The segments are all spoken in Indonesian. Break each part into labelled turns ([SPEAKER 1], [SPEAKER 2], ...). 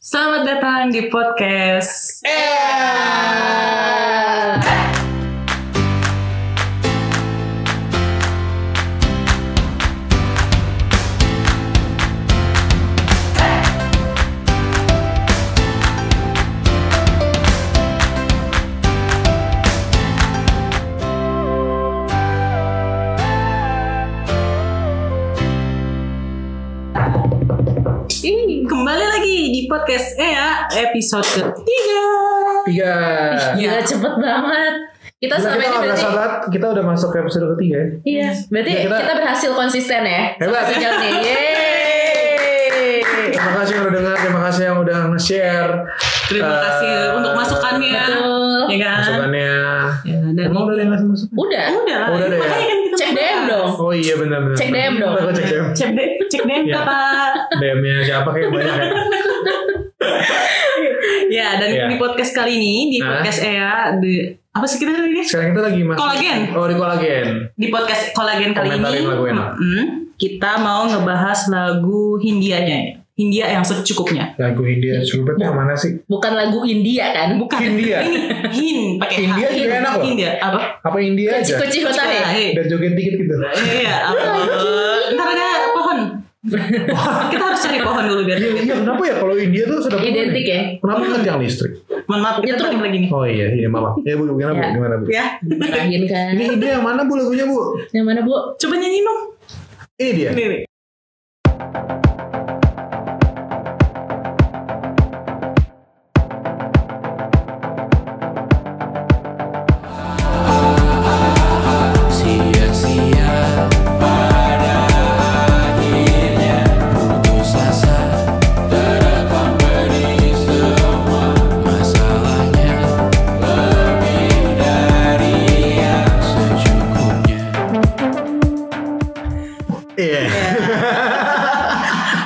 [SPEAKER 1] Selamat datang di podcast.
[SPEAKER 2] Eh, Ih,
[SPEAKER 1] Kembali lagi di podcast EA episode ketiga.
[SPEAKER 3] Tiga.
[SPEAKER 2] gila cepet banget. Kita
[SPEAKER 3] Gila, Iya. kita
[SPEAKER 2] selama ini
[SPEAKER 3] nggak
[SPEAKER 2] berarti
[SPEAKER 3] berasa banget, kita udah masuk ke episode ketiga ya.
[SPEAKER 2] Iya, berarti
[SPEAKER 3] Nah,
[SPEAKER 2] kita,
[SPEAKER 3] kita-
[SPEAKER 2] berhasil konsisten ya.
[SPEAKER 3] Hebat.
[SPEAKER 2] Sampai sejauh ini. Yeay.
[SPEAKER 3] Terima kasih yang udah dengar, terima kasih yang udah nge-share.
[SPEAKER 1] Terima
[SPEAKER 3] Eh,
[SPEAKER 1] kasih untuk masukannya.
[SPEAKER 2] Betul.
[SPEAKER 1] Ya kan?
[SPEAKER 3] Masukannya.
[SPEAKER 1] Ya, dan ya
[SPEAKER 3] Emang udah ada yang ngasih masuk?
[SPEAKER 2] Udah.
[SPEAKER 1] udah, lah,
[SPEAKER 3] Udah deh.
[SPEAKER 1] makanya kan kita
[SPEAKER 2] Cek DM dong.
[SPEAKER 3] Oh iya benar-benar.
[SPEAKER 2] Cek DM dong.
[SPEAKER 3] Aku cek DM.
[SPEAKER 1] Cek DM, cek DM
[SPEAKER 3] Iya.
[SPEAKER 1] Kakak.
[SPEAKER 3] DM-nya siapa kayak banyak ya.
[SPEAKER 1] Ya, dan
[SPEAKER 3] Iya.
[SPEAKER 1] di podcast kali ini di
[SPEAKER 3] Hah?
[SPEAKER 1] podcast EA di apa sih kita tadi?
[SPEAKER 3] Sekarang kita lagi masuk.
[SPEAKER 1] Kolagen.
[SPEAKER 3] Oh di kolagen.
[SPEAKER 1] Di podcast kolagen kali
[SPEAKER 3] Komentarin
[SPEAKER 1] ini,
[SPEAKER 3] lagu enak.
[SPEAKER 1] mm, kita mau ngebahas lagu Hindianya, ya. Hindia yang secukupnya.
[SPEAKER 3] Lagu India Surupet yang mana sih?
[SPEAKER 2] Bukan lagu India kan?
[SPEAKER 1] Bukan
[SPEAKER 3] Hindia.
[SPEAKER 1] Ini Hin pakai H.
[SPEAKER 3] Hindia juga
[SPEAKER 1] Hin-
[SPEAKER 3] enak loh.
[SPEAKER 1] Hindia apa?
[SPEAKER 3] Apa India aja?
[SPEAKER 2] Kuci Hotahe.
[SPEAKER 1] Hei.
[SPEAKER 3] Dan joget dikit gitu.
[SPEAKER 1] Iya, ampun. Ntar ada pohon. Kita harus cari pohon dulu biar
[SPEAKER 3] Iya kenapa ya kalau India tuh sudah
[SPEAKER 2] Identik ya.
[SPEAKER 3] Kenapa nggak tiang listrik?
[SPEAKER 1] Mohon maaf, kita
[SPEAKER 2] Nyetrum.
[SPEAKER 1] tarik lagi nih.
[SPEAKER 3] Oh iya iya maaf. Ya bu gimana bu?
[SPEAKER 2] Ya.
[SPEAKER 3] Gimana bu?
[SPEAKER 1] Ya,
[SPEAKER 2] Terakhir kan.
[SPEAKER 3] Ini India yang mana bu lagunya bu?
[SPEAKER 2] Yang mana, Bu?
[SPEAKER 1] coba nyanyi dong.
[SPEAKER 3] Ini dia.
[SPEAKER 1] Ini nih.
[SPEAKER 4] sia-sia pada akhirnya putus asa terekam pedih semua masalahnya lebih dari yang secukupnya
[SPEAKER 3] Iya.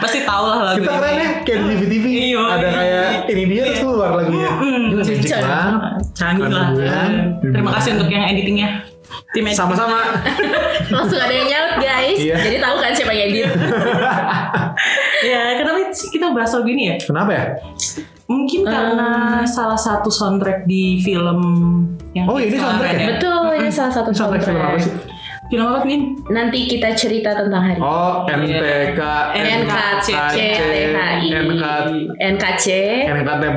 [SPEAKER 1] Pasti tau lah lagu
[SPEAKER 3] Kita keren
[SPEAKER 1] ini.
[SPEAKER 3] ya, kayak di TV-TV
[SPEAKER 1] Iya.
[SPEAKER 3] Ada kayak ini dia terus keluar lagunya Gila, jijik
[SPEAKER 2] Cincang.
[SPEAKER 3] banget
[SPEAKER 1] Canggih lah.
[SPEAKER 3] Bulan.
[SPEAKER 1] Terima kasih untuk yang editingnya. Tim edit.
[SPEAKER 3] Sama-sama
[SPEAKER 2] Langsung ada yang nyaut, guys.
[SPEAKER 3] Iya.
[SPEAKER 2] Jadi tahu kan siapa yang edit.
[SPEAKER 1] Ya, kenapa sih kita bahas lagu ini ya?
[SPEAKER 3] Kenapa ya?
[SPEAKER 1] Mungkin karena salah satu soundtrack di film yang
[SPEAKER 3] Oh, ini soundtrack ya?
[SPEAKER 2] Betul, ini salah satu
[SPEAKER 3] Soundtrack film apa sih?
[SPEAKER 1] Film apa nih?
[SPEAKER 2] Nanti kita cerita tentang hari.
[SPEAKER 3] Oh
[SPEAKER 1] Iya.
[SPEAKER 3] NTK
[SPEAKER 2] NKCC THI
[SPEAKER 3] NK
[SPEAKER 2] NKC
[SPEAKER 3] NKT 48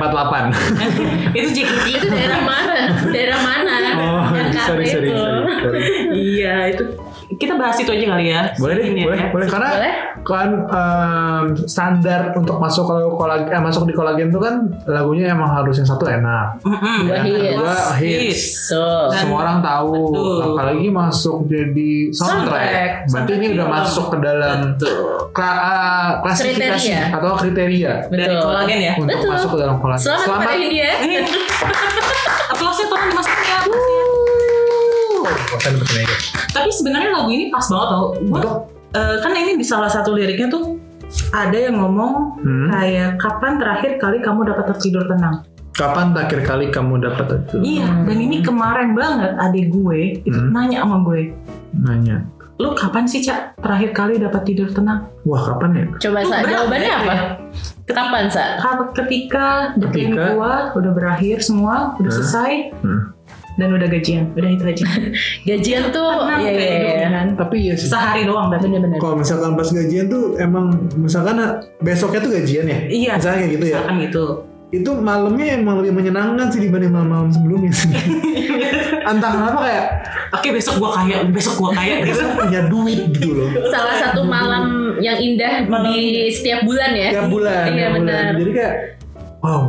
[SPEAKER 1] Itu JKT.
[SPEAKER 2] Iya, itu daerah mana daerah mana
[SPEAKER 3] Oh
[SPEAKER 2] NKT
[SPEAKER 3] sorry sorry
[SPEAKER 2] itu.
[SPEAKER 3] sorry, sorry.
[SPEAKER 1] Iya, itu. Kita bahas itu aja kali ya.
[SPEAKER 3] Boleh deh,
[SPEAKER 1] Ini
[SPEAKER 3] boleh,
[SPEAKER 1] ya.
[SPEAKER 3] boleh karena
[SPEAKER 2] Boleh.
[SPEAKER 3] kan em, standar untuk masuk ke kolagen, eh, masuk di kolagen itu kan lagunya emang harus yang satu enak,
[SPEAKER 1] Mm-mm.
[SPEAKER 2] Dua
[SPEAKER 3] yang
[SPEAKER 2] hits.
[SPEAKER 3] kedua hits,
[SPEAKER 2] so
[SPEAKER 1] Dan-
[SPEAKER 3] semua orang tahu
[SPEAKER 1] Betul.
[SPEAKER 3] apalagi masuk jadi
[SPEAKER 2] Soundtrack.
[SPEAKER 3] soundtrack, berarti ini
[SPEAKER 1] Soundtrack
[SPEAKER 3] udah
[SPEAKER 1] film.
[SPEAKER 3] masuk ke dalam kla- eh, klasifikasi
[SPEAKER 2] Kriteria.
[SPEAKER 3] atau kriteria
[SPEAKER 1] Dari
[SPEAKER 2] Betul.
[SPEAKER 1] kolagen ya.
[SPEAKER 3] untuk
[SPEAKER 2] Betul.
[SPEAKER 3] masuk ke dalam kolagen.
[SPEAKER 2] selamat, kepada India
[SPEAKER 1] Aplausnya tolong dimasukin ya.
[SPEAKER 3] Bosan bertanya aja.
[SPEAKER 1] Tapi sebenarnya lagu ini pas banget tau. Gua,
[SPEAKER 3] Betul.
[SPEAKER 1] eh, kan ini di salah satu liriknya tuh ada yang ngomong
[SPEAKER 3] Hmm.
[SPEAKER 1] kayak kapan terakhir kali kamu dapat tertidur tenang.
[SPEAKER 3] Kapan terakhir kali kamu dapat itu?
[SPEAKER 1] Iya. Dan ini kemarin banget adik gue itu
[SPEAKER 3] Hmm.
[SPEAKER 1] nanya sama gue,
[SPEAKER 3] Nanya.
[SPEAKER 1] lu kapan sih cak terakhir kali dapat tidur tenang?
[SPEAKER 3] Wah kapan ya?
[SPEAKER 2] coba
[SPEAKER 1] Lu
[SPEAKER 2] sa
[SPEAKER 1] berat,
[SPEAKER 2] jawabannya
[SPEAKER 1] ya?
[SPEAKER 2] apa kapan sa
[SPEAKER 1] Ka- Ketika dating
[SPEAKER 3] Ketika-
[SPEAKER 1] gue udah berakhir semua, udah
[SPEAKER 3] Hah?
[SPEAKER 1] selesai
[SPEAKER 3] Hmm.
[SPEAKER 1] dan udah gajian, udah itu aja.
[SPEAKER 2] gajian tuh
[SPEAKER 1] Tenang
[SPEAKER 2] iya
[SPEAKER 1] kayak
[SPEAKER 2] iya
[SPEAKER 1] hidup,
[SPEAKER 2] iya.
[SPEAKER 1] kan?
[SPEAKER 3] Tapi ya sih.
[SPEAKER 1] Sehari doang tapi.
[SPEAKER 2] bener-bener
[SPEAKER 3] Kalau misalkan pas gajian tuh emang misalkan ah, besoknya tuh gajian ya?
[SPEAKER 1] Iya.
[SPEAKER 3] Misalnya kayak gitu ya.
[SPEAKER 1] Misalkan gitu.
[SPEAKER 3] Itu malamnya emang lebih menyenangkan sih dibanding malam-malam sebelumnya sih. Entah kenapa kayak
[SPEAKER 1] Oke besok gua kaya, besok gua kaya gitu.
[SPEAKER 3] punya duit gitu loh.
[SPEAKER 2] salah satu malam yang indah
[SPEAKER 1] Malam
[SPEAKER 2] di setiap bulan ya
[SPEAKER 3] Tiap bulan,
[SPEAKER 2] iya
[SPEAKER 3] tiap bulan.
[SPEAKER 2] benar
[SPEAKER 3] Jadi kayak wow.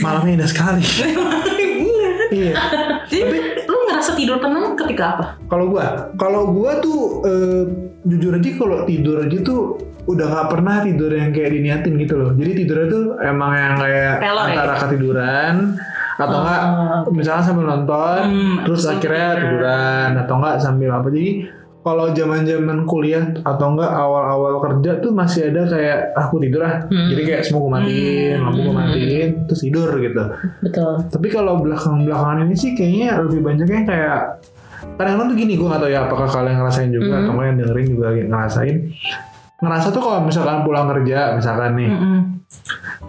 [SPEAKER 3] Malamnya indah sekali. iya.
[SPEAKER 1] Jadi lu ngerasa tidur tenang ketika apa?
[SPEAKER 3] Kalau gua, kalau gua tuh eh, jujur aja kalau tidur aja tuh udah nggak pernah tidur yang kayak diniatin gitu loh. Jadi tidurnya tuh emang yang kayak
[SPEAKER 1] Pelor ya?
[SPEAKER 3] antara ketiduran atau enggak
[SPEAKER 2] Oh.
[SPEAKER 3] misalnya sambil nonton
[SPEAKER 1] Hmm, terus
[SPEAKER 3] terus akhirnya
[SPEAKER 1] tiduran.
[SPEAKER 3] tiduran atau enggak sambil apa. Jadi kalau zaman-zaman kuliah atau enggak awal-awal kerja tuh masih ada kayak "Ah, aku tidur ah.
[SPEAKER 2] Hmm.
[SPEAKER 3] Jadi kayak semua gue matiin,
[SPEAKER 1] Hmm.
[SPEAKER 3] lampu gue matiin, terus tidur gitu.
[SPEAKER 2] betul
[SPEAKER 3] Tapi kalau belakang-belakangan ini sih kayaknya lebih banyaknya kayak kadang-kadang tuh gini gue gak tau ya apakah kalian ngerasain juga
[SPEAKER 1] Hmm.
[SPEAKER 2] Mhm.
[SPEAKER 3] atau nggak yang dengerin juga Hmm. ngerasain ngerasa tuh kalau misalkan pulang kerja misalkan nih
[SPEAKER 1] Mm-mm.
[SPEAKER 3] eh,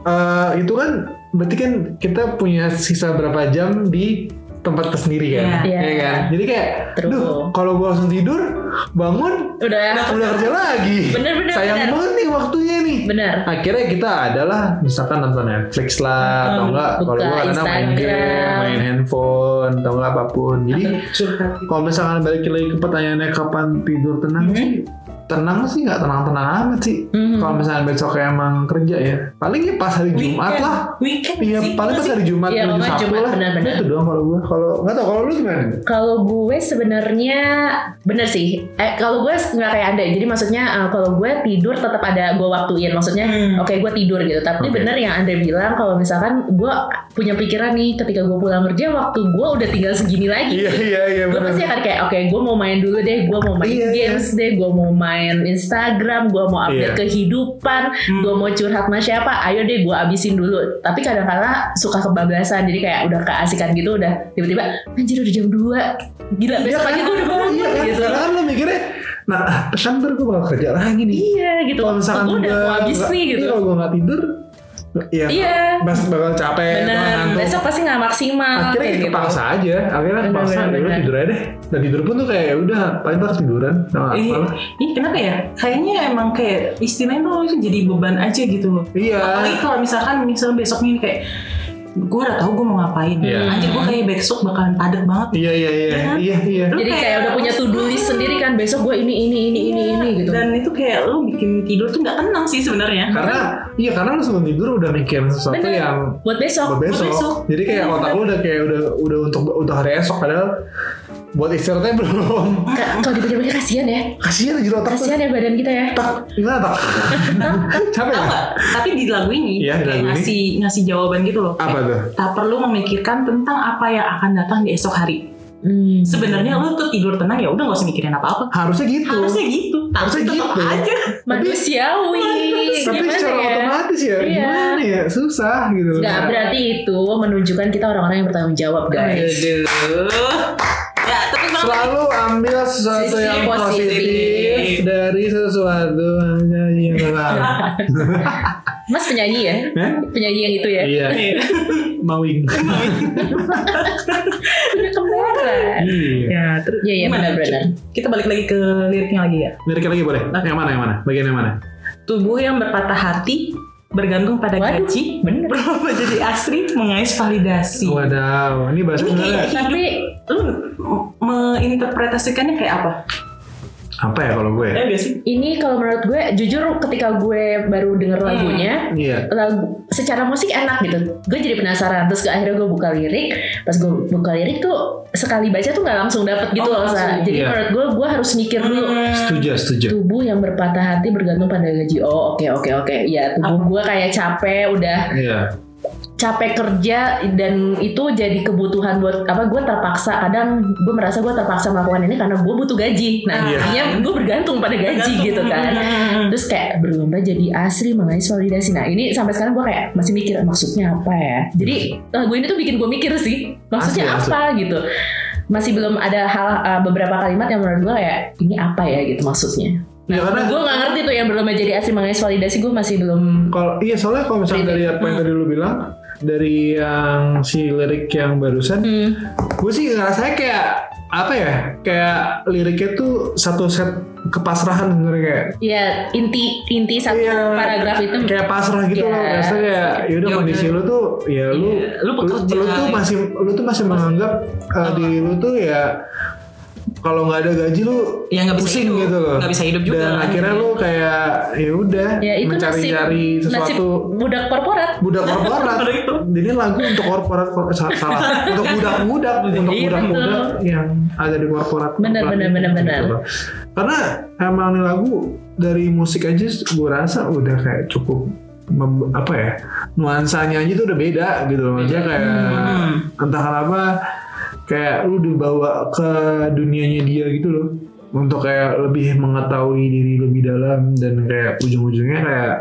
[SPEAKER 3] setelah itu kan berarti kan kita punya sisa berapa jam di tempat tersendiri
[SPEAKER 1] Iya.
[SPEAKER 3] kan, Iya kan? Jadi kayak,
[SPEAKER 2] True.
[SPEAKER 3] duh, kalau gua langsung tidur, bangun
[SPEAKER 2] Udah.
[SPEAKER 3] udah kerja lagi.
[SPEAKER 2] Bener, bener,
[SPEAKER 3] Sayang
[SPEAKER 2] bener.
[SPEAKER 3] banget nih waktunya nih.
[SPEAKER 2] Benar.
[SPEAKER 3] Akhirnya kita adalah misalkan nonton Netflix lah atau enggak kalau
[SPEAKER 2] buka
[SPEAKER 3] gua kadang main
[SPEAKER 2] Instagram.
[SPEAKER 3] game, main handphone atau enggak apapun. Jadi
[SPEAKER 1] curhat gitu.
[SPEAKER 3] kalau misalkan balik lagi ke pertanyaannya kapan tidur tenang
[SPEAKER 1] Mhm.
[SPEAKER 2] Hmm.
[SPEAKER 3] sih? Tenang sih nggak tenang-tenang amat sih.
[SPEAKER 2] Mhm.
[SPEAKER 3] Kalau misalkan besok emang kerja ya, paling ya pas hari Jumat
[SPEAKER 1] Weekend.
[SPEAKER 3] lah.
[SPEAKER 2] Eh,
[SPEAKER 1] Weekend
[SPEAKER 3] Iya,
[SPEAKER 1] sih,
[SPEAKER 3] paling
[SPEAKER 1] itu
[SPEAKER 3] pas
[SPEAKER 1] sih.
[SPEAKER 3] hari Jumat
[SPEAKER 2] Iya,
[SPEAKER 3] menuju
[SPEAKER 2] pokoknya
[SPEAKER 3] Sabtu
[SPEAKER 2] Jumat, Eh,
[SPEAKER 3] lah.
[SPEAKER 2] benar-benar.
[SPEAKER 3] Itu doang kalau gua. Kalau nggak tau kalau lu gimana?
[SPEAKER 2] Kalau gue sebenarnya bener sih. Eh, kalau gue nggak kayak anda. Jadi maksudnya eh, kalau gue tidur tetap ada gue waktuin. Maksudnya
[SPEAKER 1] Hmm.
[SPEAKER 2] oke gue tidur gitu. Tapi
[SPEAKER 3] Oke.
[SPEAKER 2] bener yang anda bilang kalau misalkan gue punya pikiran nih ketika gue pulang kerja waktu gue udah tinggal segini lagi.
[SPEAKER 3] Iya iya iya
[SPEAKER 2] Gue
[SPEAKER 3] benar.
[SPEAKER 2] pasti akan kayak oke gue mau main dulu deh. Gue mau main
[SPEAKER 3] Iya, iya.
[SPEAKER 2] games deh. Gue mau main Instagram. Gue mau
[SPEAKER 3] Iya.
[SPEAKER 2] update kehidupan.
[SPEAKER 1] Hmm.
[SPEAKER 2] Gue mau curhat sama siapa. Ayo deh gue abisin dulu. Tapi kadang-kadang suka kebablasan. Jadi kayak udah keasikan gitu. Udah tiba-tiba anjir udah jam 2. Gila besok pagi gue udah
[SPEAKER 3] Iya
[SPEAKER 2] bangun
[SPEAKER 3] kan,
[SPEAKER 2] gitu.
[SPEAKER 3] karena kan lu mikirnya, nah kan ntar gue bakal kerja lagi nih.
[SPEAKER 2] Iya gitu.
[SPEAKER 3] Kalau misalkan
[SPEAKER 2] Gue udah
[SPEAKER 3] gua
[SPEAKER 2] mau habis
[SPEAKER 3] nggak-
[SPEAKER 2] nih
[SPEAKER 3] iya,
[SPEAKER 2] gitu.
[SPEAKER 3] Kalau gue nggak tidur, ya
[SPEAKER 2] Iya.
[SPEAKER 3] pasti bakal capek, bakal
[SPEAKER 2] Bener.
[SPEAKER 3] ngantuk.
[SPEAKER 2] Besok pasti nggak maksimal.
[SPEAKER 3] Akhirnya
[SPEAKER 2] Ah, kayak gitu.
[SPEAKER 3] kayak kepaksa aja, akhirnya
[SPEAKER 2] Bener,
[SPEAKER 3] kepaksa,
[SPEAKER 2] bener,
[SPEAKER 3] ya udah
[SPEAKER 2] bener.
[SPEAKER 3] tidur aja deh. Dan tidur pun tuh kayak ya udah, paling ntar tiduran. Nah,
[SPEAKER 1] Iya, Ih, kenapa ya? Kayaknya emang kayak istilahnya tuh itu jadi beban aja gitu loh.
[SPEAKER 3] Iya.
[SPEAKER 1] Apalagi kalau misalkan misalnya besoknya ini kayak gue udah tahu gue mau ngapain.
[SPEAKER 3] Iya.
[SPEAKER 1] Anjir gue kayak besok bakalan padat banget.
[SPEAKER 3] Iya iya iya
[SPEAKER 1] Iya.
[SPEAKER 3] iya iya.
[SPEAKER 1] Lu Hmm.
[SPEAKER 2] Jadi kayak udah punya to-do list sendiri kan besok gue ini ini ini ini ini
[SPEAKER 3] Iya,
[SPEAKER 2] gitu.
[SPEAKER 1] Iya. Dan itu kayak lu bikin tidur tuh nggak tenang sih sebenarnya.
[SPEAKER 3] Karena iya karena lu sebelum tidur udah mikirin sesuatu
[SPEAKER 2] Bener.
[SPEAKER 3] yang
[SPEAKER 2] Buat besok.
[SPEAKER 3] buat besok.
[SPEAKER 1] besok.
[SPEAKER 3] Jadi kayak
[SPEAKER 1] Iya,
[SPEAKER 3] otak lu udah kayak udah udah untuk untuk hari esok padahal buat istirahatnya belum.
[SPEAKER 2] Ka- Kalau dipikir-pikir kasihan ya.
[SPEAKER 3] Kasihan aja otak tuh.
[SPEAKER 2] Kasihan ya badan kita ya.
[SPEAKER 3] Tak, gimana tak? Capek
[SPEAKER 1] Tahu
[SPEAKER 3] nggak?
[SPEAKER 1] nggak? Tapi di lagu ini
[SPEAKER 3] Iya, di
[SPEAKER 1] kayak
[SPEAKER 3] lagu ini.
[SPEAKER 1] ngasih ngasih jawaban gitu loh.
[SPEAKER 3] Apa tuh?
[SPEAKER 1] Tak perlu memikirkan tentang apa yang akan datang di esok hari.
[SPEAKER 2] Hmm.
[SPEAKER 1] Sebenarnya lu tuh tidur tenang ya udah nggak usah mikirin apa-apa.
[SPEAKER 3] Harusnya gitu.
[SPEAKER 1] Harusnya gitu. Tapi
[SPEAKER 3] Harusnya
[SPEAKER 1] tetap
[SPEAKER 3] gitu.
[SPEAKER 1] aja.
[SPEAKER 2] manusiawi.
[SPEAKER 3] Tapi
[SPEAKER 2] Gimana
[SPEAKER 3] secara
[SPEAKER 2] ya?
[SPEAKER 3] otomatis ya,
[SPEAKER 2] Iya.
[SPEAKER 3] gimana ya? Susah gitu. loh.
[SPEAKER 2] Nggak, berarti itu menunjukkan kita orang-orang yang bertanggung jawab guys.
[SPEAKER 3] Iya,
[SPEAKER 1] Aduh. Ya, tapi banget.
[SPEAKER 3] Selalu ambil sesuatu
[SPEAKER 2] Sisi
[SPEAKER 3] yang positif,
[SPEAKER 1] positif.
[SPEAKER 3] dari sesuatu yang salah.
[SPEAKER 2] Mas penyanyi ya?
[SPEAKER 3] Hah?
[SPEAKER 2] Penyanyi yang itu ya?
[SPEAKER 3] Iya, mawing.
[SPEAKER 2] Udah kemarin.
[SPEAKER 3] Iya.
[SPEAKER 1] Ya, terus
[SPEAKER 2] Iya, iya,
[SPEAKER 1] gimana?
[SPEAKER 2] benar-benar.
[SPEAKER 1] Kita balik lagi ke liriknya lagi ya.
[SPEAKER 3] Lirik lagi boleh? Nah, Yang mana? Yang mana? Bagian yang mana?
[SPEAKER 1] Tubuh yang berpatah hati bergantung pada
[SPEAKER 2] Waduh,
[SPEAKER 1] gaji
[SPEAKER 2] bener.
[SPEAKER 1] berubah jadi asri mengais validasi.
[SPEAKER 3] Wadaw, ini bahasa
[SPEAKER 1] Iya. Ini
[SPEAKER 3] Indonesia.
[SPEAKER 1] kayak
[SPEAKER 2] Tapi
[SPEAKER 1] lu m- menginterpretasikannya kayak apa?
[SPEAKER 3] Apa ya kalau gue?
[SPEAKER 1] Ya gak sih?
[SPEAKER 2] ini kalau menurut gue jujur ketika gue baru denger lagunya
[SPEAKER 3] Iya.
[SPEAKER 2] lagu secara musik enak gitu gue jadi penasaran terus ke akhirnya gue buka lirik pas gue buka lirik tuh sekali baca tuh nggak langsung dapet gitu
[SPEAKER 1] Oh,
[SPEAKER 2] loh Sa.
[SPEAKER 1] langsung. Hmm.
[SPEAKER 2] jadi
[SPEAKER 3] Iya.
[SPEAKER 2] menurut gue gue harus mikir dulu
[SPEAKER 3] Setuju, setuju.
[SPEAKER 2] tubuh yang berpatah hati bergantung pada gaji oh oke oke oke ya
[SPEAKER 1] Ah.
[SPEAKER 2] tubuh gue kayak capek udah
[SPEAKER 3] Iya.
[SPEAKER 2] capek kerja dan itu jadi kebutuhan buat apa gue terpaksa kadang gue merasa gue terpaksa melakukan ini karena gue butuh gaji nah
[SPEAKER 1] Iya.
[SPEAKER 2] artinya gue bergantung pada gaji
[SPEAKER 1] Tergantung.
[SPEAKER 2] gitu kan
[SPEAKER 1] Hmm.
[SPEAKER 2] terus kayak berlomba jadi asri mengais validasi nah ini sampai sekarang gue kayak masih mikir maksudnya apa ya jadi lagu ini tuh bikin gue mikir sih maksudnya
[SPEAKER 3] Asli, asli.
[SPEAKER 2] apa gitu masih belum ada hal uh, beberapa kalimat yang menurut gue kayak ini apa ya gitu maksudnya
[SPEAKER 3] Ya karena
[SPEAKER 2] gue nggak ngerti tuh yang berlomba jadi asri mengais validasi gue masih belum
[SPEAKER 3] kalau iya soalnya kalau misalnya dari apa yang tadi lu bilang dari yang si lirik yang barusan
[SPEAKER 2] hmm.
[SPEAKER 3] gue sih ngerasanya kayak apa ya kayak liriknya tuh satu set kepasrahan sebenarnya kayak
[SPEAKER 2] Ya inti inti satu
[SPEAKER 3] Iya.
[SPEAKER 2] paragraf itu
[SPEAKER 3] kayak pasrah gitu
[SPEAKER 2] Iya.
[SPEAKER 3] loh rasanya kayak yaudah
[SPEAKER 1] Ya
[SPEAKER 3] kondisi
[SPEAKER 1] udah.
[SPEAKER 3] lu tuh ya lu
[SPEAKER 1] Iya, lu
[SPEAKER 3] lu,
[SPEAKER 1] bekerja.
[SPEAKER 3] lu tuh masih lu tuh masih menganggap uh, diri lu tuh ya kalau nggak ada gaji lu
[SPEAKER 1] Ya, nggak bisa
[SPEAKER 3] pusing
[SPEAKER 1] hidup.
[SPEAKER 3] gitu loh
[SPEAKER 1] Nggak bisa hidup juga
[SPEAKER 3] dan
[SPEAKER 1] kan.
[SPEAKER 3] akhirnya lu kayak ya udah
[SPEAKER 2] ya itu
[SPEAKER 3] mencari-cari
[SPEAKER 2] nasib nasib
[SPEAKER 3] sesuatu
[SPEAKER 2] budak korporat.
[SPEAKER 3] budak korporat.
[SPEAKER 1] gitu.
[SPEAKER 3] Jadi lagu untuk korporat kor- sa- salah untuk budak-budak untuk
[SPEAKER 2] Iya,
[SPEAKER 3] budak-budak yang ada di korporat.
[SPEAKER 2] Benar, benar, benar, benar.
[SPEAKER 3] Gitu loh. Karena emang ini lagu dari musik aja gue rasa udah kayak cukup mem- apa ya nuansanya aja tuh udah beda gitu loh maksudnya kayak
[SPEAKER 2] Hmm.
[SPEAKER 1] Hmm.
[SPEAKER 3] entah kenapa kayak lu dibawa ke dunianya dia gitu loh untuk kayak lebih mengetahui diri lebih dalam dan kayak ujung-ujungnya kayak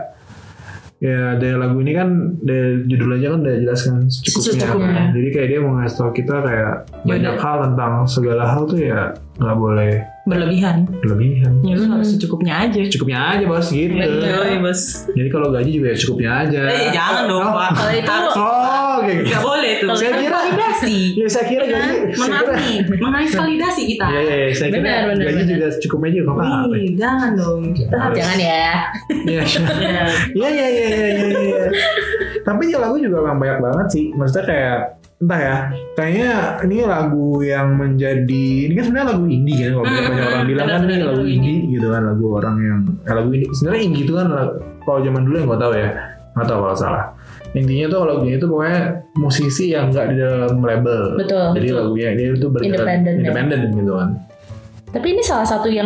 [SPEAKER 3] ya dari lagu ini kan dari judul aja kan udah jelaskan secukupnya,
[SPEAKER 2] Secukupnya.
[SPEAKER 3] kan. jadi kayak dia mau ngasih tau kita kayak banyak hal tentang segala hal tuh ya nggak boleh
[SPEAKER 1] berlebihan.
[SPEAKER 3] Kelebihan.
[SPEAKER 1] Ya lu harus secukupnya aja.
[SPEAKER 3] Cukupnya aja bos gitu.
[SPEAKER 1] Iya, bos.
[SPEAKER 3] Jadi kalau gaji juga ya cukupnya aja.
[SPEAKER 1] Eh, jangan dong,
[SPEAKER 3] Oh.
[SPEAKER 1] Pak. Kalau itu
[SPEAKER 3] Oh, oke.
[SPEAKER 1] nggak boleh tuh.
[SPEAKER 3] Saya
[SPEAKER 1] Kan
[SPEAKER 3] kira-
[SPEAKER 1] validasi.
[SPEAKER 3] Ya saya
[SPEAKER 1] Iya,
[SPEAKER 3] kira
[SPEAKER 1] Kan?
[SPEAKER 3] gaji. saya kira-
[SPEAKER 1] Menangi, menangis validasi kita.
[SPEAKER 3] Iya, iya, iya, saya kira
[SPEAKER 2] Benar, benar,
[SPEAKER 3] gaji
[SPEAKER 2] benar.
[SPEAKER 3] juga cukup aja kok apa.
[SPEAKER 1] Ih, jangan dong. Kita
[SPEAKER 3] Harus.
[SPEAKER 2] Jangan ya.
[SPEAKER 3] Iya, iya, iya, iya, iya, iya, iya. Tapi ya lagu juga memang banyak banget sih. Maksudnya kayak entah ya, kayaknya ini lagu yang menjadi ini kan sebenarnya lagu indie kan kalau
[SPEAKER 1] Hmm,
[SPEAKER 3] banyak orang
[SPEAKER 1] hmm,
[SPEAKER 3] bilang kan ini
[SPEAKER 1] benar-benar
[SPEAKER 3] lagu
[SPEAKER 1] lagu
[SPEAKER 3] indie gitu kan lagu orang yang eh, lagu indie sebenarnya indie itu kan lagu- kalau zaman dulu yang gue tahu ya nggak tahu kalau salah intinya tuh kalau gini tuh pokoknya musisi yang nggak di dalam label
[SPEAKER 2] Betul.
[SPEAKER 3] jadi lagunya dia itu bergerak
[SPEAKER 2] Independen ya.
[SPEAKER 3] independen gitu kan
[SPEAKER 2] Tapi ini salah satu yang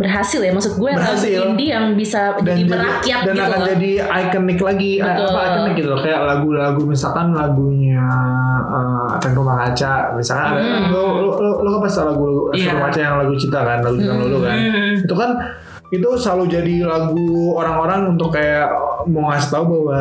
[SPEAKER 2] berhasil ya. Maksud gue lagu
[SPEAKER 3] Berhasil.
[SPEAKER 2] indie yang bisa jadi merakyat
[SPEAKER 3] dan
[SPEAKER 2] gitu
[SPEAKER 3] akan
[SPEAKER 2] loh.
[SPEAKER 3] jadi ikonik lagi eh,
[SPEAKER 2] Betul.
[SPEAKER 3] apa ikonik gitu loh kayak lagu-lagu misalkan lagunya eh Efek Rumah Kaca misalkan ada
[SPEAKER 2] Hmm.
[SPEAKER 3] lo lo lo, lo kan pasti lagu Efek
[SPEAKER 1] Iya.
[SPEAKER 3] Rumah Kaca yang lagu cinta kan lagu cinta
[SPEAKER 2] Hmm.
[SPEAKER 3] lulu kan
[SPEAKER 1] Hmm.
[SPEAKER 3] itu kan itu selalu jadi lagu orang-orang untuk kayak mau ngasih tahu bahwa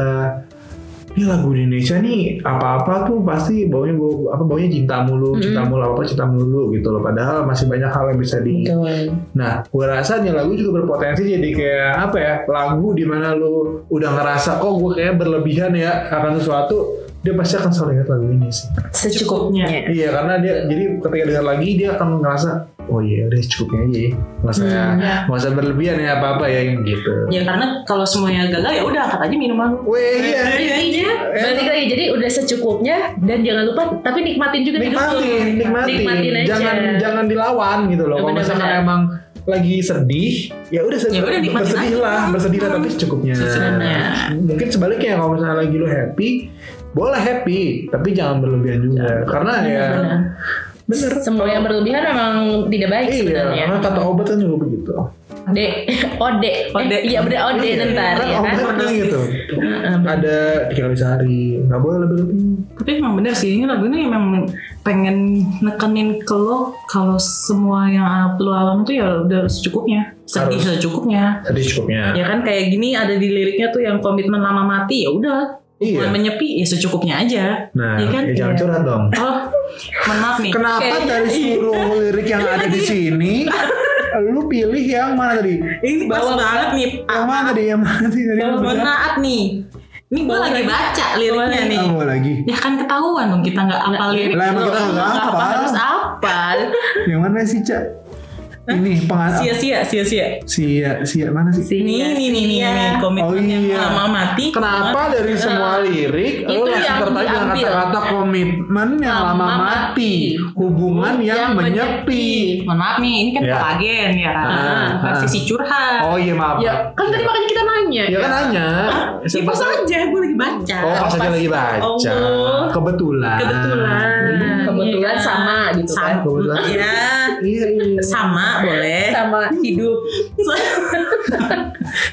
[SPEAKER 3] ini lagu Indonesia nih apa-apa tuh pasti baunya bau, apa baunya cinta mulu, cinta
[SPEAKER 2] Hmm.
[SPEAKER 3] mulu apa cinta mulu gitu loh. Padahal masih banyak hal yang bisa di
[SPEAKER 2] Betul.
[SPEAKER 3] Nah, gue rasa nih lagu juga berpotensi jadi kayak apa ya? Lagu di mana lu udah ngerasa kok gue kayak berlebihan ya akan sesuatu, dia pasti akan selalu ingat lagu ini sih.
[SPEAKER 2] Secukupnya.
[SPEAKER 3] Iya, karena dia jadi ketika dengar lagi dia akan ngerasa oh iya udah cukupnya aja ya. Nggak usah
[SPEAKER 2] Hmm,
[SPEAKER 1] Ya.
[SPEAKER 3] nggak usah berlebihan ya apa-apa ya gitu.
[SPEAKER 1] Ya karena kalau semuanya gagal ya udah angkat aja minuman lu.
[SPEAKER 3] Weh, iya.
[SPEAKER 2] Intinya balik lagi jadi udah secukupnya dan jangan lupa tapi nikmatin juga hidup lu.
[SPEAKER 3] nikmatin, nikmatin,
[SPEAKER 2] Nikmatin aja.
[SPEAKER 3] jangan jangan dilawan gitu loh. Kalau
[SPEAKER 2] Bener-bener.
[SPEAKER 3] misalkan emang lagi sedih, ya udah sedih,
[SPEAKER 1] Ya udah, nikmatin
[SPEAKER 3] bersedihlah,
[SPEAKER 1] aja.
[SPEAKER 3] bersedihlah tapi secukupnya.
[SPEAKER 1] Secukupnya.
[SPEAKER 3] Mungkin sebaliknya kalau misalnya lagi lu happy, boleh happy, tapi jangan berlebihan juga. Karena
[SPEAKER 1] Iya.
[SPEAKER 3] ya
[SPEAKER 1] kan?
[SPEAKER 2] Benar.
[SPEAKER 3] bener.
[SPEAKER 2] Semua yang berlebihan memang tidak baik
[SPEAKER 3] Iya,
[SPEAKER 2] sebenarnya.
[SPEAKER 3] karena kata obat kan juga begitu.
[SPEAKER 2] Ode, ode,
[SPEAKER 1] Ode.
[SPEAKER 2] Eh, iya bener ode
[SPEAKER 3] Iya,
[SPEAKER 2] ntar
[SPEAKER 3] kan
[SPEAKER 2] ya kan. Iya.
[SPEAKER 3] obat kan gitu.
[SPEAKER 2] Heeh.
[SPEAKER 3] Ada tiga kali sehari, nggak boleh lebih-lebih.
[SPEAKER 1] Tapi emang bener sih ini lagu ini emang pengen nekenin ke lo kalau semua yang lo alami tuh ya udah secukupnya, sedih
[SPEAKER 3] Harus. Iya.
[SPEAKER 1] secukupnya.
[SPEAKER 3] Sedih cukupnya.
[SPEAKER 1] Ya kan kayak gini ada di liriknya tuh yang komitmen lama mati ya udah,
[SPEAKER 3] Iya.
[SPEAKER 1] bukan menyepi ya secukupnya aja.
[SPEAKER 3] Nah,
[SPEAKER 1] Iya kan?
[SPEAKER 3] ya jangan
[SPEAKER 2] Iya.
[SPEAKER 3] curhat dong.
[SPEAKER 1] Oh, mohon maaf nih.
[SPEAKER 3] Kenapa
[SPEAKER 1] Kayaknya-
[SPEAKER 3] dari seluruh lirik yang ada di sini lu pilih yang mana tadi?
[SPEAKER 1] Ini pas
[SPEAKER 2] Bawah
[SPEAKER 1] banget nih.
[SPEAKER 3] Yang mana tadi? Yang mana tadi? Tadi lu
[SPEAKER 1] Mohon
[SPEAKER 3] bilang,
[SPEAKER 1] maaf nih. Ini gue
[SPEAKER 2] Bawah
[SPEAKER 1] lagi
[SPEAKER 2] lagi.
[SPEAKER 1] baca liriknya nih.
[SPEAKER 3] "Ah, mau lagi.
[SPEAKER 1] Ya kan ketahuan dong kita nggak apa lirik.
[SPEAKER 3] Lah, emang
[SPEAKER 1] lo.
[SPEAKER 3] kita nggak
[SPEAKER 1] Nggak
[SPEAKER 3] hafal.
[SPEAKER 1] harus apal.
[SPEAKER 3] Yang mana sih, Cak? Ini pengasih.
[SPEAKER 1] Sia-sia, sia-sia.
[SPEAKER 3] Sia, sia mana sih?
[SPEAKER 1] Ini, ini,
[SPEAKER 2] Iya.
[SPEAKER 1] ini, ini, ini. komitmen
[SPEAKER 3] Oh, iya.
[SPEAKER 1] yang lama mati.
[SPEAKER 3] Kenapa dari semua lirik
[SPEAKER 2] Itu
[SPEAKER 3] lu langsung
[SPEAKER 2] yang
[SPEAKER 3] tertarik dengan
[SPEAKER 2] diambil.
[SPEAKER 3] kata-kata komitmen yang lama
[SPEAKER 2] Lama
[SPEAKER 3] mati,
[SPEAKER 2] mati.
[SPEAKER 3] hubungan yang
[SPEAKER 2] Yang
[SPEAKER 3] menyepi?
[SPEAKER 1] Mohon maaf nih, ini kan
[SPEAKER 3] Ya.
[SPEAKER 1] kolagen ya kan.
[SPEAKER 3] Ah, ah.
[SPEAKER 1] Versi si curhat.
[SPEAKER 3] Oh iya maaf.
[SPEAKER 2] Ya kan tadi makanya kita nanya.
[SPEAKER 3] Ya kan nanya.
[SPEAKER 1] Ya pas aja, gue lagi baca.
[SPEAKER 3] Oh, pas aja lagi baca.
[SPEAKER 1] Allah.
[SPEAKER 3] Kebetulan.
[SPEAKER 1] Oh. Kebetulan.
[SPEAKER 2] Kebetulan
[SPEAKER 1] Iya.
[SPEAKER 2] sama gitu kan.
[SPEAKER 1] Sama.
[SPEAKER 3] Kebetulan.
[SPEAKER 1] Iya.
[SPEAKER 3] Iya, iya.
[SPEAKER 1] Sama boleh.
[SPEAKER 2] Sama hidup.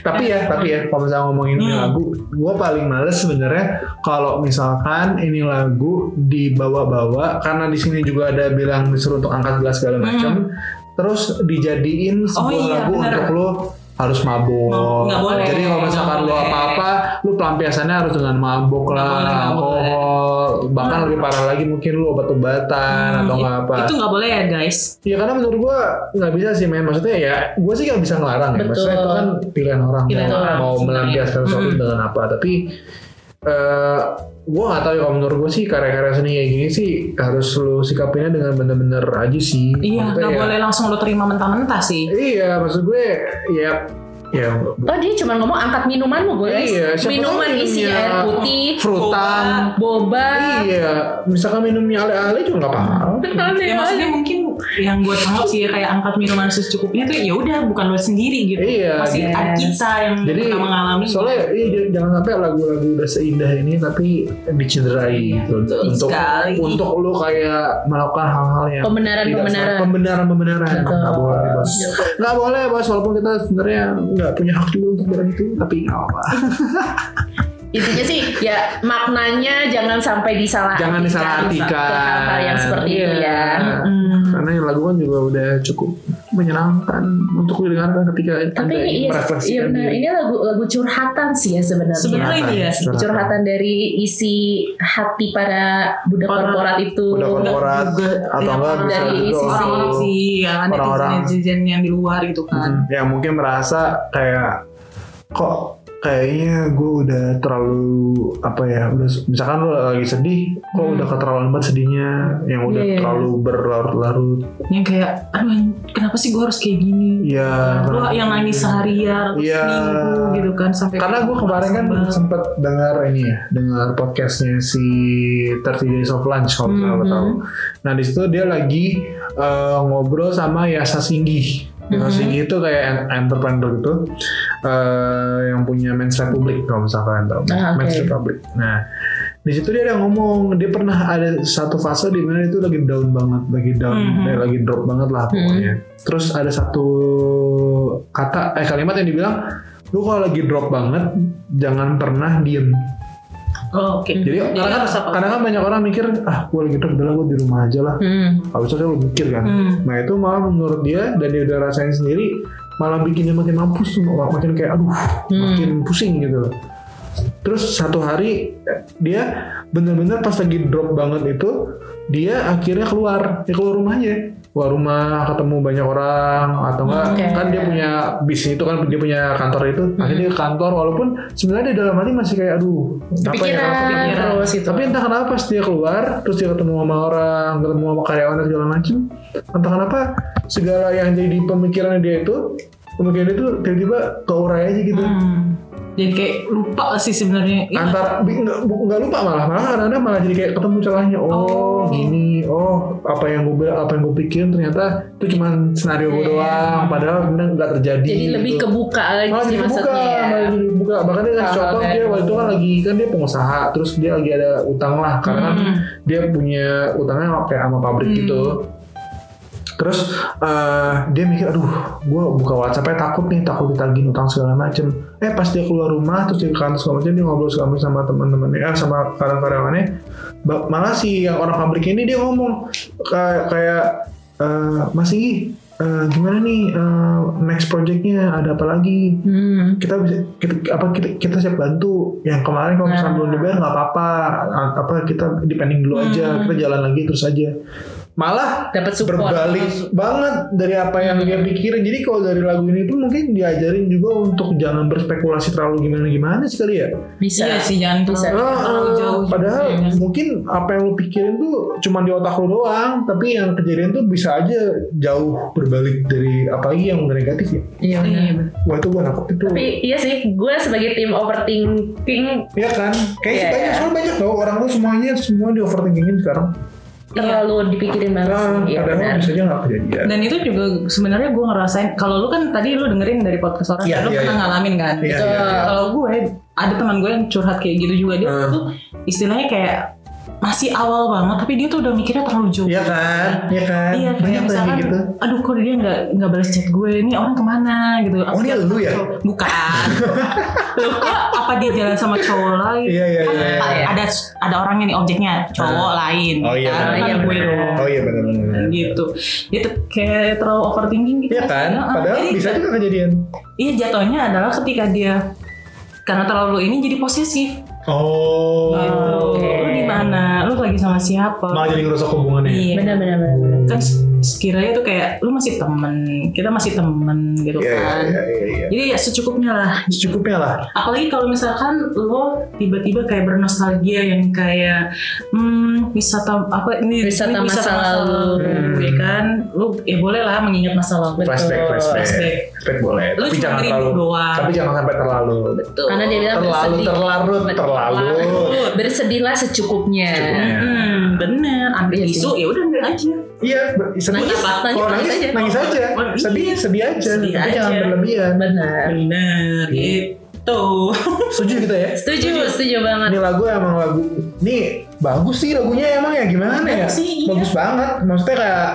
[SPEAKER 3] Tapi ya, tapi ya kalau misalnya ngomongin ini
[SPEAKER 1] Hmm.
[SPEAKER 3] lagu, gue paling males sebenarnya kalau misalkan ini lagu dibawa-bawa karena di sini juga ada bilang disuruh untuk angkat gelas segala macam, terus dijadiin sebuah
[SPEAKER 1] Hmm. iya,
[SPEAKER 3] lagu
[SPEAKER 1] bener.
[SPEAKER 3] untuk lo harus mabok.
[SPEAKER 1] Mabok, nggak boleh,
[SPEAKER 3] Jadi kalau misalkan
[SPEAKER 1] nggak
[SPEAKER 3] lo
[SPEAKER 1] boleh.
[SPEAKER 3] apa-apa, lo pelampiasannya harus dengan mabok
[SPEAKER 1] Nggak
[SPEAKER 3] lah,
[SPEAKER 1] boleh, nggak boleh.
[SPEAKER 3] alkohol, bahkan lebih parah lagi mungkin lo obat-obatan Ah, atau nggak apa.
[SPEAKER 1] Hmm, Itu nggak boleh ya guys.
[SPEAKER 3] Ya karena menurut gua nggak bisa sih men Maksudnya ya gue sih nggak bisa ngelarang ya
[SPEAKER 2] Betul.
[SPEAKER 3] Maksudnya itu kan pilihan orang
[SPEAKER 1] Pilihan
[SPEAKER 3] Mau,
[SPEAKER 1] orang
[SPEAKER 3] mau
[SPEAKER 1] sebenarnya.
[SPEAKER 3] melampiaskan sesuatu
[SPEAKER 1] Mm-mm.
[SPEAKER 3] dengan apa Tapi eh gue gak tahu ya kalau menurut gue sih karya-karya seni kayak gini sih harus lu sikapinnya dengan bener-bener aja sih
[SPEAKER 1] Iya,
[SPEAKER 3] Maksudnya
[SPEAKER 1] nggak
[SPEAKER 3] ya-
[SPEAKER 1] boleh langsung lo terima mentah-mentah sih.
[SPEAKER 3] Iya maksud gue ya ya
[SPEAKER 2] Oh dia cuma ngomong angkat minumanmu guys.
[SPEAKER 3] Iya, siapa
[SPEAKER 2] Minuman
[SPEAKER 3] tahu
[SPEAKER 2] isinya
[SPEAKER 3] minumnya
[SPEAKER 2] air putih,
[SPEAKER 3] frutan
[SPEAKER 2] boba.
[SPEAKER 3] Iya misalkan minumnya ale-ale juga gak apa-apa
[SPEAKER 2] Aneh,
[SPEAKER 1] Ya maksudnya
[SPEAKER 2] aneh.
[SPEAKER 1] mungkin yang gue tangkap sih kayak angkat minuman secukupnya tuh ya udah bukan lo sendiri gitu.
[SPEAKER 3] Iya,
[SPEAKER 1] Masih
[SPEAKER 2] yes.
[SPEAKER 1] ada kita yang
[SPEAKER 3] Jadi
[SPEAKER 1] pernah mengalami.
[SPEAKER 3] soalnya iya, j- jangan sampai lagu-lagu udah seindah ini tapi dicederai
[SPEAKER 1] Iya,
[SPEAKER 3] gitu.
[SPEAKER 1] betul
[SPEAKER 3] Untuk
[SPEAKER 1] sekali.
[SPEAKER 2] Iya.
[SPEAKER 3] untuk lu kayak melakukan hal-hal yang tidak
[SPEAKER 2] Pembenaran-pembenaran.
[SPEAKER 3] salah. pembenaran-pembenaran.
[SPEAKER 2] Betul. Iya.
[SPEAKER 3] Nggak boleh bos. Nggak boleh bos walaupun kita sebenarnya nggak punya hak juga untuk bilang itu tapi nggak apa.
[SPEAKER 2] Hmm. Intinya sih ya maknanya jangan sampai disalah
[SPEAKER 3] Jangan disalahartikan.
[SPEAKER 2] hal yang seperti itu ya.
[SPEAKER 3] Iya.
[SPEAKER 1] Hmm.
[SPEAKER 3] Karena yang lagu kan juga udah cukup menyenangkan untuk didengarkan ketika
[SPEAKER 2] Tapi
[SPEAKER 3] Anda
[SPEAKER 2] ini iya, iya
[SPEAKER 3] merefleksikan
[SPEAKER 2] benar.
[SPEAKER 3] diri.
[SPEAKER 2] Ini lagu lagu curhatan sih ya sebenarnya.
[SPEAKER 1] Sebenarnya iya.
[SPEAKER 3] Curhatan.
[SPEAKER 2] curhatan dari isi hati para budak
[SPEAKER 1] Para
[SPEAKER 2] korporat itu.
[SPEAKER 3] Budak korporat
[SPEAKER 1] juga,
[SPEAKER 3] atau
[SPEAKER 1] ya,
[SPEAKER 3] enggak
[SPEAKER 1] orang
[SPEAKER 3] bisa
[SPEAKER 2] dari
[SPEAKER 3] juga
[SPEAKER 2] sisi-
[SPEAKER 1] orang-orang sih ya kan
[SPEAKER 3] Orang-orang.
[SPEAKER 1] netizen-netizen yang di luar gitu kan.
[SPEAKER 3] Hmm, yang mungkin merasa kayak kok kayaknya gue udah terlalu apa ya udah misalkan lo lagi sedih kok udah keterlaluan banget sedihnya yang udah
[SPEAKER 2] Hmm. Iya, iya,
[SPEAKER 3] terlalu berlarut-larut
[SPEAKER 1] Yang kayak aduh kenapa sih gue harus kayak gini?
[SPEAKER 3] ya
[SPEAKER 1] Gue
[SPEAKER 3] karena-
[SPEAKER 1] yang nangis seharian atau
[SPEAKER 3] Iya.
[SPEAKER 1] seminggu gitu kan sampai
[SPEAKER 3] karena gue kemarin kan
[SPEAKER 1] Banget.
[SPEAKER 3] sempet dengar ini ya dengar podcastnya si 30 Days of Lunch kalau misalnya lo
[SPEAKER 2] Mhm.
[SPEAKER 3] tahu nah di situ dia lagi eh, ngobrol sama Yasa Singgi Yasa
[SPEAKER 2] Mhm.
[SPEAKER 3] Singgi itu kayak en- entrepreneur gitu eh, yang punya Men's Republic kalau misalkan tau
[SPEAKER 2] Ah,
[SPEAKER 3] Men's
[SPEAKER 2] oke.
[SPEAKER 3] Republic nah di situ dia ada ngomong dia pernah ada satu fase di mana itu lagi down banget lagi down
[SPEAKER 1] Mhm.
[SPEAKER 3] eh, lagi drop banget lah pokoknya terus ada satu kata eh kalimat yang dibilang lu kalau lagi drop banget jangan pernah diem
[SPEAKER 1] Oh, oke.
[SPEAKER 3] jadi
[SPEAKER 1] Jadi
[SPEAKER 3] karena
[SPEAKER 1] harus
[SPEAKER 3] kan,
[SPEAKER 1] apa?
[SPEAKER 3] karena kan banyak orang mikir ah gue lagi drop udahlah gue di rumah aja lah
[SPEAKER 2] Hmm.
[SPEAKER 3] harusnya lu mikir kan
[SPEAKER 1] Hmm.
[SPEAKER 3] nah itu malah menurut dia dan dia udah rasain sendiri malah bikin dia makin mampus tuh mak- makin kayak aduh
[SPEAKER 1] Hmm.
[SPEAKER 3] makin pusing gitu loh terus satu hari eh, dia bener-bener pas lagi drop banget itu dia akhirnya keluar ya keluar rumahnya keluar rumah ketemu banyak orang atau enggak
[SPEAKER 1] Hmm,
[SPEAKER 2] Oke.
[SPEAKER 3] kan dia punya bisnis itu kan dia punya kantor itu
[SPEAKER 1] Hmm.
[SPEAKER 3] akhirnya dia ke kantor walaupun sebenarnya di dalam hati masih kayak aduh apa ya
[SPEAKER 2] Pikiran,
[SPEAKER 1] kepikiran.
[SPEAKER 2] terus gitu. itu.
[SPEAKER 3] tapi entah kenapa pas dia keluar, terus dia ketemu sama orang, ketemu sama karyawan dan segala macem, entah kenapa segala yang jadi pemikiran dia itu, pemikiran dia itu tiba-tiba keurai aja gitu.
[SPEAKER 1] Hmm. Jadi kayak lupa sih sebenarnya. Ya. Ih,
[SPEAKER 3] Antara bi- nggak bu- nggak lupa malah, malah kadang-kadang malah jadi kayak ketemu celahnya. Oh,
[SPEAKER 1] Oh.
[SPEAKER 3] gini, oh apa yang gue bilang, apa yang gue pikirin ternyata itu cuman senario gue
[SPEAKER 2] Iya.
[SPEAKER 3] doang, padal benar nggak terjadi.
[SPEAKER 2] Jadi lebih
[SPEAKER 3] gitu.
[SPEAKER 2] kebuka lagi
[SPEAKER 3] malah
[SPEAKER 2] sih
[SPEAKER 3] jadi buka,
[SPEAKER 2] maksudnya ya.
[SPEAKER 3] malah jadi buka. Bahkan dia kasih
[SPEAKER 2] Oh,
[SPEAKER 3] contoh
[SPEAKER 2] oke.
[SPEAKER 3] dia waktu itu kan lagi kan dia pengusaha, terus dia lagi ada utang lah karena kan
[SPEAKER 1] Hmm.
[SPEAKER 3] dia punya utangnya sama- kayak sama pabrik
[SPEAKER 1] Hmm.
[SPEAKER 3] gitu. Terus eh, dia mikir, aduh, gue buka WhatsApp-nya takut nih, takut ditagih utang segala macem. Eh pas dia keluar rumah, terus dia ke kantor segala macem, dia ngobrol segala macem sama teman-temannya, eh, sama karyawan-karyawannya. Ba- Malah si yang orang pabrik ini dia ngomong kayak, kayak eh, Mas Inggi, eh, gimana nih eh, next project-nya ada apa lagi?
[SPEAKER 2] Hmm.
[SPEAKER 3] kita bisa kita, apa kita kita siap bantu yang kemarin kalau misalnya
[SPEAKER 2] Nah.
[SPEAKER 3] belum dibayar nggak apa-apa A- apa kita depending dulu aja kita jalan lagi terus aja malah
[SPEAKER 2] Dapat support.
[SPEAKER 3] berbalik banget dari apa yang dia pikirin jadi kalau dari lagu ini pun mungkin diajarin juga untuk jangan berspekulasi terlalu gimana gimana sekali ya
[SPEAKER 2] Bisa.
[SPEAKER 1] Iya sih jangan
[SPEAKER 2] Bisa.
[SPEAKER 1] terlalu,
[SPEAKER 3] Ah,
[SPEAKER 1] terlalu
[SPEAKER 3] ah,
[SPEAKER 1] jauh.
[SPEAKER 3] padahal
[SPEAKER 1] juga ya.
[SPEAKER 3] mungkin apa yang lu pikirin tuh cuma di otak lu doang tapi yang kejadian tuh bisa aja jauh berbalik dari apalagi yang negatif ya
[SPEAKER 2] Iya benar.
[SPEAKER 1] Iya, bener.
[SPEAKER 3] wah itu gua nangkep itu
[SPEAKER 2] Tapi iya sih, gue sebagai tim overthinking
[SPEAKER 3] Iya kan? Kayak
[SPEAKER 2] Iya,
[SPEAKER 3] banyak,
[SPEAKER 2] iya.
[SPEAKER 3] soalnya banyak tau orang tuh semuanya semua di overthinkingin sekarang.
[SPEAKER 2] terlalu dipikirin banget sih.
[SPEAKER 3] Nah,
[SPEAKER 2] Iya
[SPEAKER 3] padahal
[SPEAKER 2] benar.
[SPEAKER 3] bisa aja nggak kejadian.
[SPEAKER 1] Dan itu juga sebenarnya gue ngerasain. Kalau lu kan tadi lu dengerin dari podcast orang,
[SPEAKER 3] Iya,
[SPEAKER 1] lu
[SPEAKER 3] iya,
[SPEAKER 1] pernah
[SPEAKER 3] iya.
[SPEAKER 1] ngalamin kan?
[SPEAKER 3] Iya,
[SPEAKER 1] Gitu.
[SPEAKER 3] iya, iya.
[SPEAKER 1] Kalau gue ada teman gue yang curhat kayak gitu juga dia
[SPEAKER 3] Hmm.
[SPEAKER 1] tuh istilahnya kayak masih awal banget, tapi dia tuh udah mikirnya terlalu jauh.
[SPEAKER 3] Iya kan? Iya kan?
[SPEAKER 1] Iya, kayak
[SPEAKER 3] banyak tuh yang
[SPEAKER 1] misalkan,
[SPEAKER 3] kayak gitu.
[SPEAKER 1] aduh kok dia nggak nggak balas chat gue, ini orang kemana gitu.
[SPEAKER 3] Oh, ini lu ya?
[SPEAKER 1] Bukan. Loh, kok apa dia jalan sama cowok lain?
[SPEAKER 3] Iya, iya, iya,
[SPEAKER 1] Kan
[SPEAKER 2] iya.
[SPEAKER 1] Ada ada orangnya nih objeknya cowok lain.
[SPEAKER 3] Oh, iya,
[SPEAKER 1] Kan,
[SPEAKER 2] benar,
[SPEAKER 1] kan
[SPEAKER 2] benar.
[SPEAKER 1] gue dong.
[SPEAKER 3] Oh iya benar-benar.
[SPEAKER 1] gitu. Dia tuh kayak terlalu overthinking gitu.
[SPEAKER 3] Iya kan?
[SPEAKER 1] Heeh.
[SPEAKER 3] Padahal
[SPEAKER 1] Jadi,
[SPEAKER 3] bisa juga kejadian.
[SPEAKER 1] Iya jatuhnya adalah ketika dia karena terlalu ini jadi posesif.
[SPEAKER 3] Oh.
[SPEAKER 1] gitu.
[SPEAKER 2] oke.
[SPEAKER 1] Lu di mana? Lu lagi sama siapa?
[SPEAKER 3] Malah jadi ngerusak hubungannya.
[SPEAKER 1] Iya.
[SPEAKER 2] Benar benar benar.
[SPEAKER 1] Kan se- sekiranya tuh kayak lu masih temen, kita masih temen gitu
[SPEAKER 3] Iya, iya,
[SPEAKER 1] kan.
[SPEAKER 3] iya, iya, iya.
[SPEAKER 1] Jadi ya secukupnya lah.
[SPEAKER 3] Secukupnya lah.
[SPEAKER 1] Apalagi kalau misalkan lo tiba-tiba kayak bernostalgia yang kayak hmm, wisata apa ini
[SPEAKER 2] Wisata
[SPEAKER 1] ini
[SPEAKER 2] masa lalu.
[SPEAKER 1] ya kan? Lo ya boleh lah mengingat masa lalu.
[SPEAKER 2] Betul.
[SPEAKER 3] Flashback, flashback.
[SPEAKER 1] Flashback.
[SPEAKER 3] Flashback boleh.
[SPEAKER 1] Lu
[SPEAKER 3] Tapi
[SPEAKER 1] cuma
[SPEAKER 3] jangan
[SPEAKER 1] ngerindu
[SPEAKER 3] terlalu.
[SPEAKER 1] doang.
[SPEAKER 3] Tapi jangan sampai terlalu.
[SPEAKER 1] Betul.
[SPEAKER 2] Karena dia bilang
[SPEAKER 3] Terlalu,
[SPEAKER 2] bersedih.
[SPEAKER 3] terlarut,
[SPEAKER 2] Betul.
[SPEAKER 3] terlalu.
[SPEAKER 2] Bersedihlah secukupnya.
[SPEAKER 3] Secukupnya.
[SPEAKER 1] Hmm, bener. Ambil
[SPEAKER 2] Iya sih.
[SPEAKER 1] isu, ya udah ambil aja.
[SPEAKER 3] Iya, ber-
[SPEAKER 1] Nah,
[SPEAKER 3] sedih.
[SPEAKER 2] Nangis, nangis,
[SPEAKER 3] Kalau nangis,
[SPEAKER 2] nangis aja.
[SPEAKER 3] nangis aja. gitu,
[SPEAKER 1] Oh, iya.
[SPEAKER 3] Sedih, sedih aja.
[SPEAKER 1] Sedih
[SPEAKER 3] Tapi jangan Iya.
[SPEAKER 1] aja.
[SPEAKER 3] berlebihan.
[SPEAKER 2] Benar.
[SPEAKER 1] Bener, gitu. Tuh.
[SPEAKER 3] Setuju kita ya?
[SPEAKER 2] Setuju, Iya. setuju banget.
[SPEAKER 3] Ini lagu emang lagu ini bagus sih lagunya emang ya gimana ya?
[SPEAKER 1] Bagus sih, iya.
[SPEAKER 3] Bagus banget. Maksudnya kayak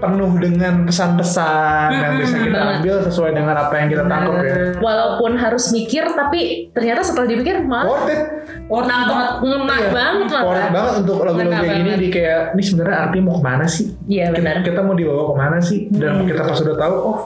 [SPEAKER 3] penuh dengan pesan-pesan yang bisa kita
[SPEAKER 2] banget.
[SPEAKER 3] ambil sesuai dengan apa yang kita tangkap ya.
[SPEAKER 2] Walaupun harus mikir, tapi ternyata setelah dipikir malah
[SPEAKER 3] Worth it.
[SPEAKER 1] Worth
[SPEAKER 2] nangkep
[SPEAKER 1] banget.
[SPEAKER 2] ngenak
[SPEAKER 3] Iya.
[SPEAKER 2] banget malah.
[SPEAKER 3] Worth it banget untuk lagu-lagu
[SPEAKER 2] Ngena
[SPEAKER 3] kayak gini
[SPEAKER 2] banget.
[SPEAKER 3] di kayak ini sebenarnya artinya mau kemana sih?
[SPEAKER 2] Iya
[SPEAKER 3] Kita-
[SPEAKER 2] benar.
[SPEAKER 3] Kita mau dibawa kemana sih?
[SPEAKER 2] Mm.
[SPEAKER 3] Dan kita pas sudah tahu, oh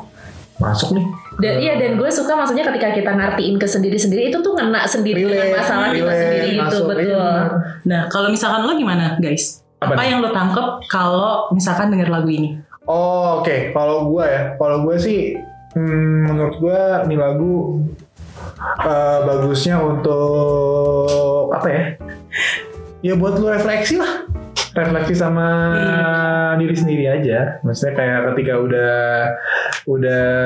[SPEAKER 3] masuk nih.
[SPEAKER 2] Dan iya dan gue suka maksudnya ketika kita ngertiin ke sendiri-sendiri itu tuh ngena sendiri dengan
[SPEAKER 3] Relate,
[SPEAKER 2] masalah kita
[SPEAKER 3] relate,
[SPEAKER 2] sendiri gitu
[SPEAKER 3] masuk,
[SPEAKER 2] betul.
[SPEAKER 3] iya, benar.
[SPEAKER 1] Nah, kalau misalkan lo gimana, guys?
[SPEAKER 3] Apa
[SPEAKER 1] Apa,
[SPEAKER 3] nih?
[SPEAKER 1] yang lo tangkep kalau misalkan denger lagu ini?
[SPEAKER 3] Oh, oke. Kalau gue ya, kalau gue sih, hmm, menurut gue ini lagu eh, bagusnya untuk apa ya? Ya buat lu refleksi lah, refleksi sama
[SPEAKER 1] Hmm.
[SPEAKER 3] diri sendiri aja. Maksudnya kayak ketika udah udah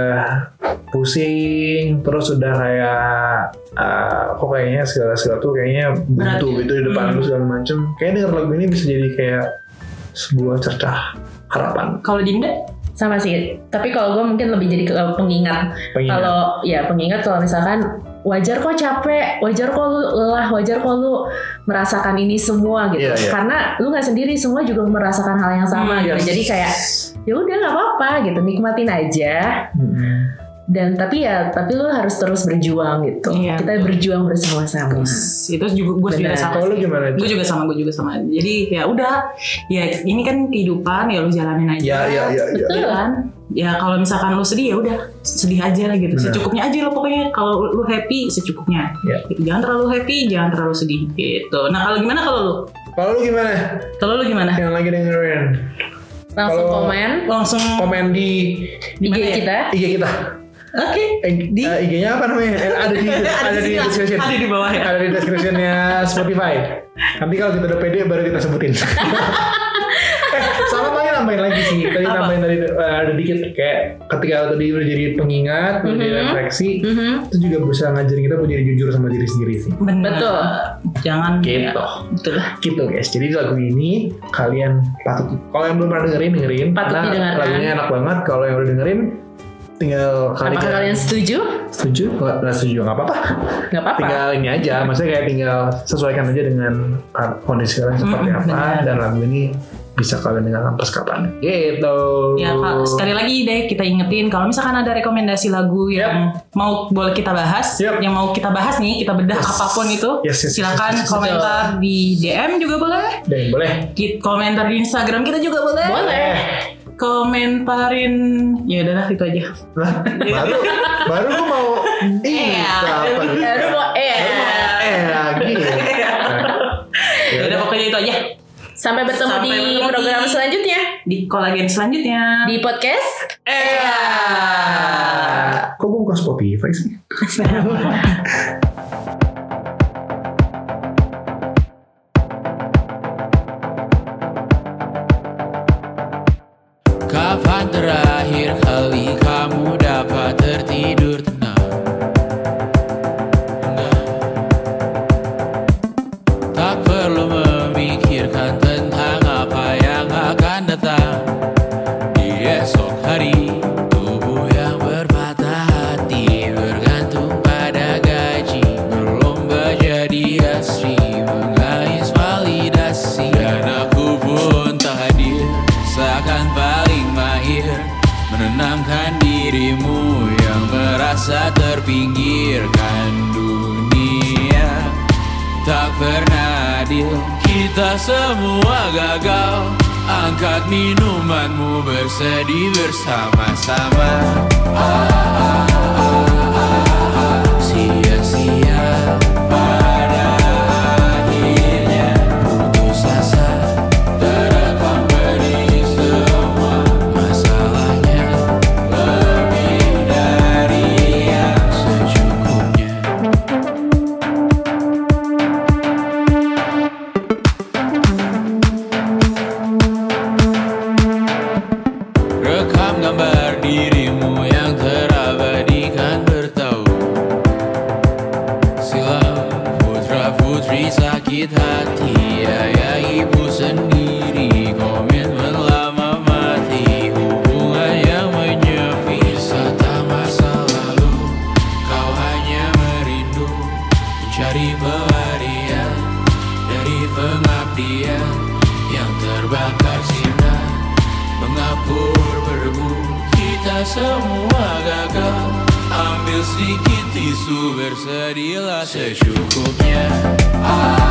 [SPEAKER 3] pusing, terus udah kayak eh, kok kayaknya segala sesuatu kayaknya buntu
[SPEAKER 1] Berat ya?
[SPEAKER 3] gitu di depan
[SPEAKER 1] Hmm.
[SPEAKER 3] lu segala macem. Kayak denger lagu ini bisa jadi kayak sebuah cercah harapan.
[SPEAKER 1] Kalau Dinda?
[SPEAKER 2] Sama sih. Tapi kalau gue mungkin lebih jadi ke pengingat.
[SPEAKER 3] Pengingat.
[SPEAKER 2] Kalau ya pengingat kalau misalkan wajar kok capek, wajar kok lu lelah, wajar kok lu merasakan ini semua gitu.
[SPEAKER 3] Iya, iya.
[SPEAKER 2] Karena lu nggak sendiri, semua juga merasakan hal yang sama
[SPEAKER 1] Hmm,
[SPEAKER 2] gitu.
[SPEAKER 3] yes.
[SPEAKER 2] Jadi kayak ya udah nggak apa-apa gitu, nikmatin aja.
[SPEAKER 3] Mm-mm.
[SPEAKER 2] Dan tapi ya tapi lu harus terus berjuang gitu.
[SPEAKER 1] Iya,
[SPEAKER 2] Kita berjuang bersama-sama.
[SPEAKER 1] Itu juga gue juga
[SPEAKER 2] Benar.
[SPEAKER 1] sama.
[SPEAKER 3] Hmm. Kalau lu
[SPEAKER 1] sih.
[SPEAKER 3] gimana, Cak?
[SPEAKER 1] Gue juga sama, gue juga sama. Jadi ya udah, ya ini kan kehidupan ya lu jalanin aja.
[SPEAKER 3] Ya, ya, ya, ya.
[SPEAKER 1] Iya kan? Ya kalau misalkan lu sedih ya udah sedih aja lah gitu.
[SPEAKER 3] Benar.
[SPEAKER 1] Secukupnya aja lo pokoknya. Kalau lu happy secukupnya. Gitu.
[SPEAKER 3] Ya.
[SPEAKER 1] Jangan terlalu happy, jangan terlalu sedih gitu. Nah kalau gimana kalau lu?
[SPEAKER 3] Kalau lu gimana?
[SPEAKER 1] Kalau lu gimana?
[SPEAKER 3] Yang lagi dengerin
[SPEAKER 2] Langsung
[SPEAKER 3] Kalau-
[SPEAKER 2] komen
[SPEAKER 1] Langsung
[SPEAKER 3] komen di
[SPEAKER 2] di IG
[SPEAKER 1] Gimana ya?
[SPEAKER 2] kita.
[SPEAKER 3] IG kita.
[SPEAKER 1] oke.
[SPEAKER 3] Eh,
[SPEAKER 1] Di-
[SPEAKER 3] eh, IG-nya apa namanya? Eh, ada di ada di
[SPEAKER 1] sini lah.
[SPEAKER 3] description.
[SPEAKER 1] Ada di bawah ya.
[SPEAKER 3] Ada di descriptionnya Spotify. Nanti kalau kita udah pede baru kita sebutin. Eh, sama paling nambahin lagi sih tadi
[SPEAKER 1] Apa?
[SPEAKER 3] nambahin tadi eh, ada dikit kayak ketika tadi udah jadi pengingat udah jadi
[SPEAKER 1] Mm-hmm.
[SPEAKER 2] Mhm.
[SPEAKER 3] refleksi
[SPEAKER 2] Mhm.
[SPEAKER 3] itu juga bisa ngajarin kita buat jadi jujur sama diri sendiri sih
[SPEAKER 1] Benar.
[SPEAKER 2] Betul.
[SPEAKER 1] Jangan ya.
[SPEAKER 3] gitu
[SPEAKER 1] Betul lah.
[SPEAKER 3] gitu guys jadi lagu ini kalian patut kalau yang belum pernah dengerin dengerin
[SPEAKER 2] Patut
[SPEAKER 3] karena
[SPEAKER 2] didengarkan.
[SPEAKER 3] lagunya enak banget kalau yang udah dengerin tinggal kali
[SPEAKER 2] Apakah kalian setuju?
[SPEAKER 3] setuju nggak nggak setuju nggak apa-apa
[SPEAKER 2] Gak apa-apa.
[SPEAKER 3] tinggal ini aja maksudnya kayak tinggal sesuaikan aja dengan uh, kondisi kalian seperti
[SPEAKER 1] Mm-mm,
[SPEAKER 3] apa
[SPEAKER 1] benar.
[SPEAKER 3] dan lagu ini bisa kalian dengarkan pas kapan gitu
[SPEAKER 1] Ya Kak, sekali lagi deh kita ingetin kalau misalkan ada rekomendasi lagu yang mau boleh kita bahas,
[SPEAKER 3] Yep.
[SPEAKER 1] yang mau kita bahas nih, kita bedah
[SPEAKER 3] Yes.
[SPEAKER 1] apapun itu,
[SPEAKER 3] Yes, yes, yes,
[SPEAKER 1] silakan
[SPEAKER 3] yes, yes, yes.
[SPEAKER 1] komentar di DM juga boleh.
[SPEAKER 3] dan boleh
[SPEAKER 1] Ki- komentar di Instagram kita juga boleh.
[SPEAKER 2] Boleh.
[SPEAKER 1] Komentarin ya udahlah itu aja.
[SPEAKER 3] Lah, baru baru lu mau ih
[SPEAKER 1] Iya.
[SPEAKER 3] apa gitu.
[SPEAKER 2] Baru mau eh.
[SPEAKER 3] eh lagi
[SPEAKER 1] Ya udah pokoknya itu aja
[SPEAKER 2] Sampai bertemu
[SPEAKER 1] Sampai
[SPEAKER 2] di
[SPEAKER 1] bertemu di-
[SPEAKER 2] program selanjutnya
[SPEAKER 1] di kolagen selanjutnya.
[SPEAKER 2] di podcast.
[SPEAKER 1] Eh.
[SPEAKER 3] kok gue buka Spotify sih
[SPEAKER 4] Kapan terakhir kali kamu dapat tertidur tenang? Tenang. Tak perlu memikirkan tentang apa yang akan datang di esok hari. Tubuh yang berpatah hati bergantung pada gaji, berlomba jadi asri, mengais validasi. Dan aku pun tak hadir, seakan paling mahir menenangkan dirimu yang merasa terpinggirkan dunia tak pernah adil Kita semua gagal Angkat minumanmu bersedih bersama-sama Ah, ah, ah, ah, ah. Sia-sia pada akhirnya putus asa Terekam pedih semua masalahnya Lebih dari yang secukupnya Rekam gambar dirimu yang terabadikan bertahun Silam putra putri sakit hati Ayah ibu sendiri komitmen lama mati Hubungan yang menyepi Serta masa lalu kau hanya merindu dia yang terbakar sinar Mengapur berbu kita semua gagal Ambil sedikit tisu berserilah secukupnya ah. kan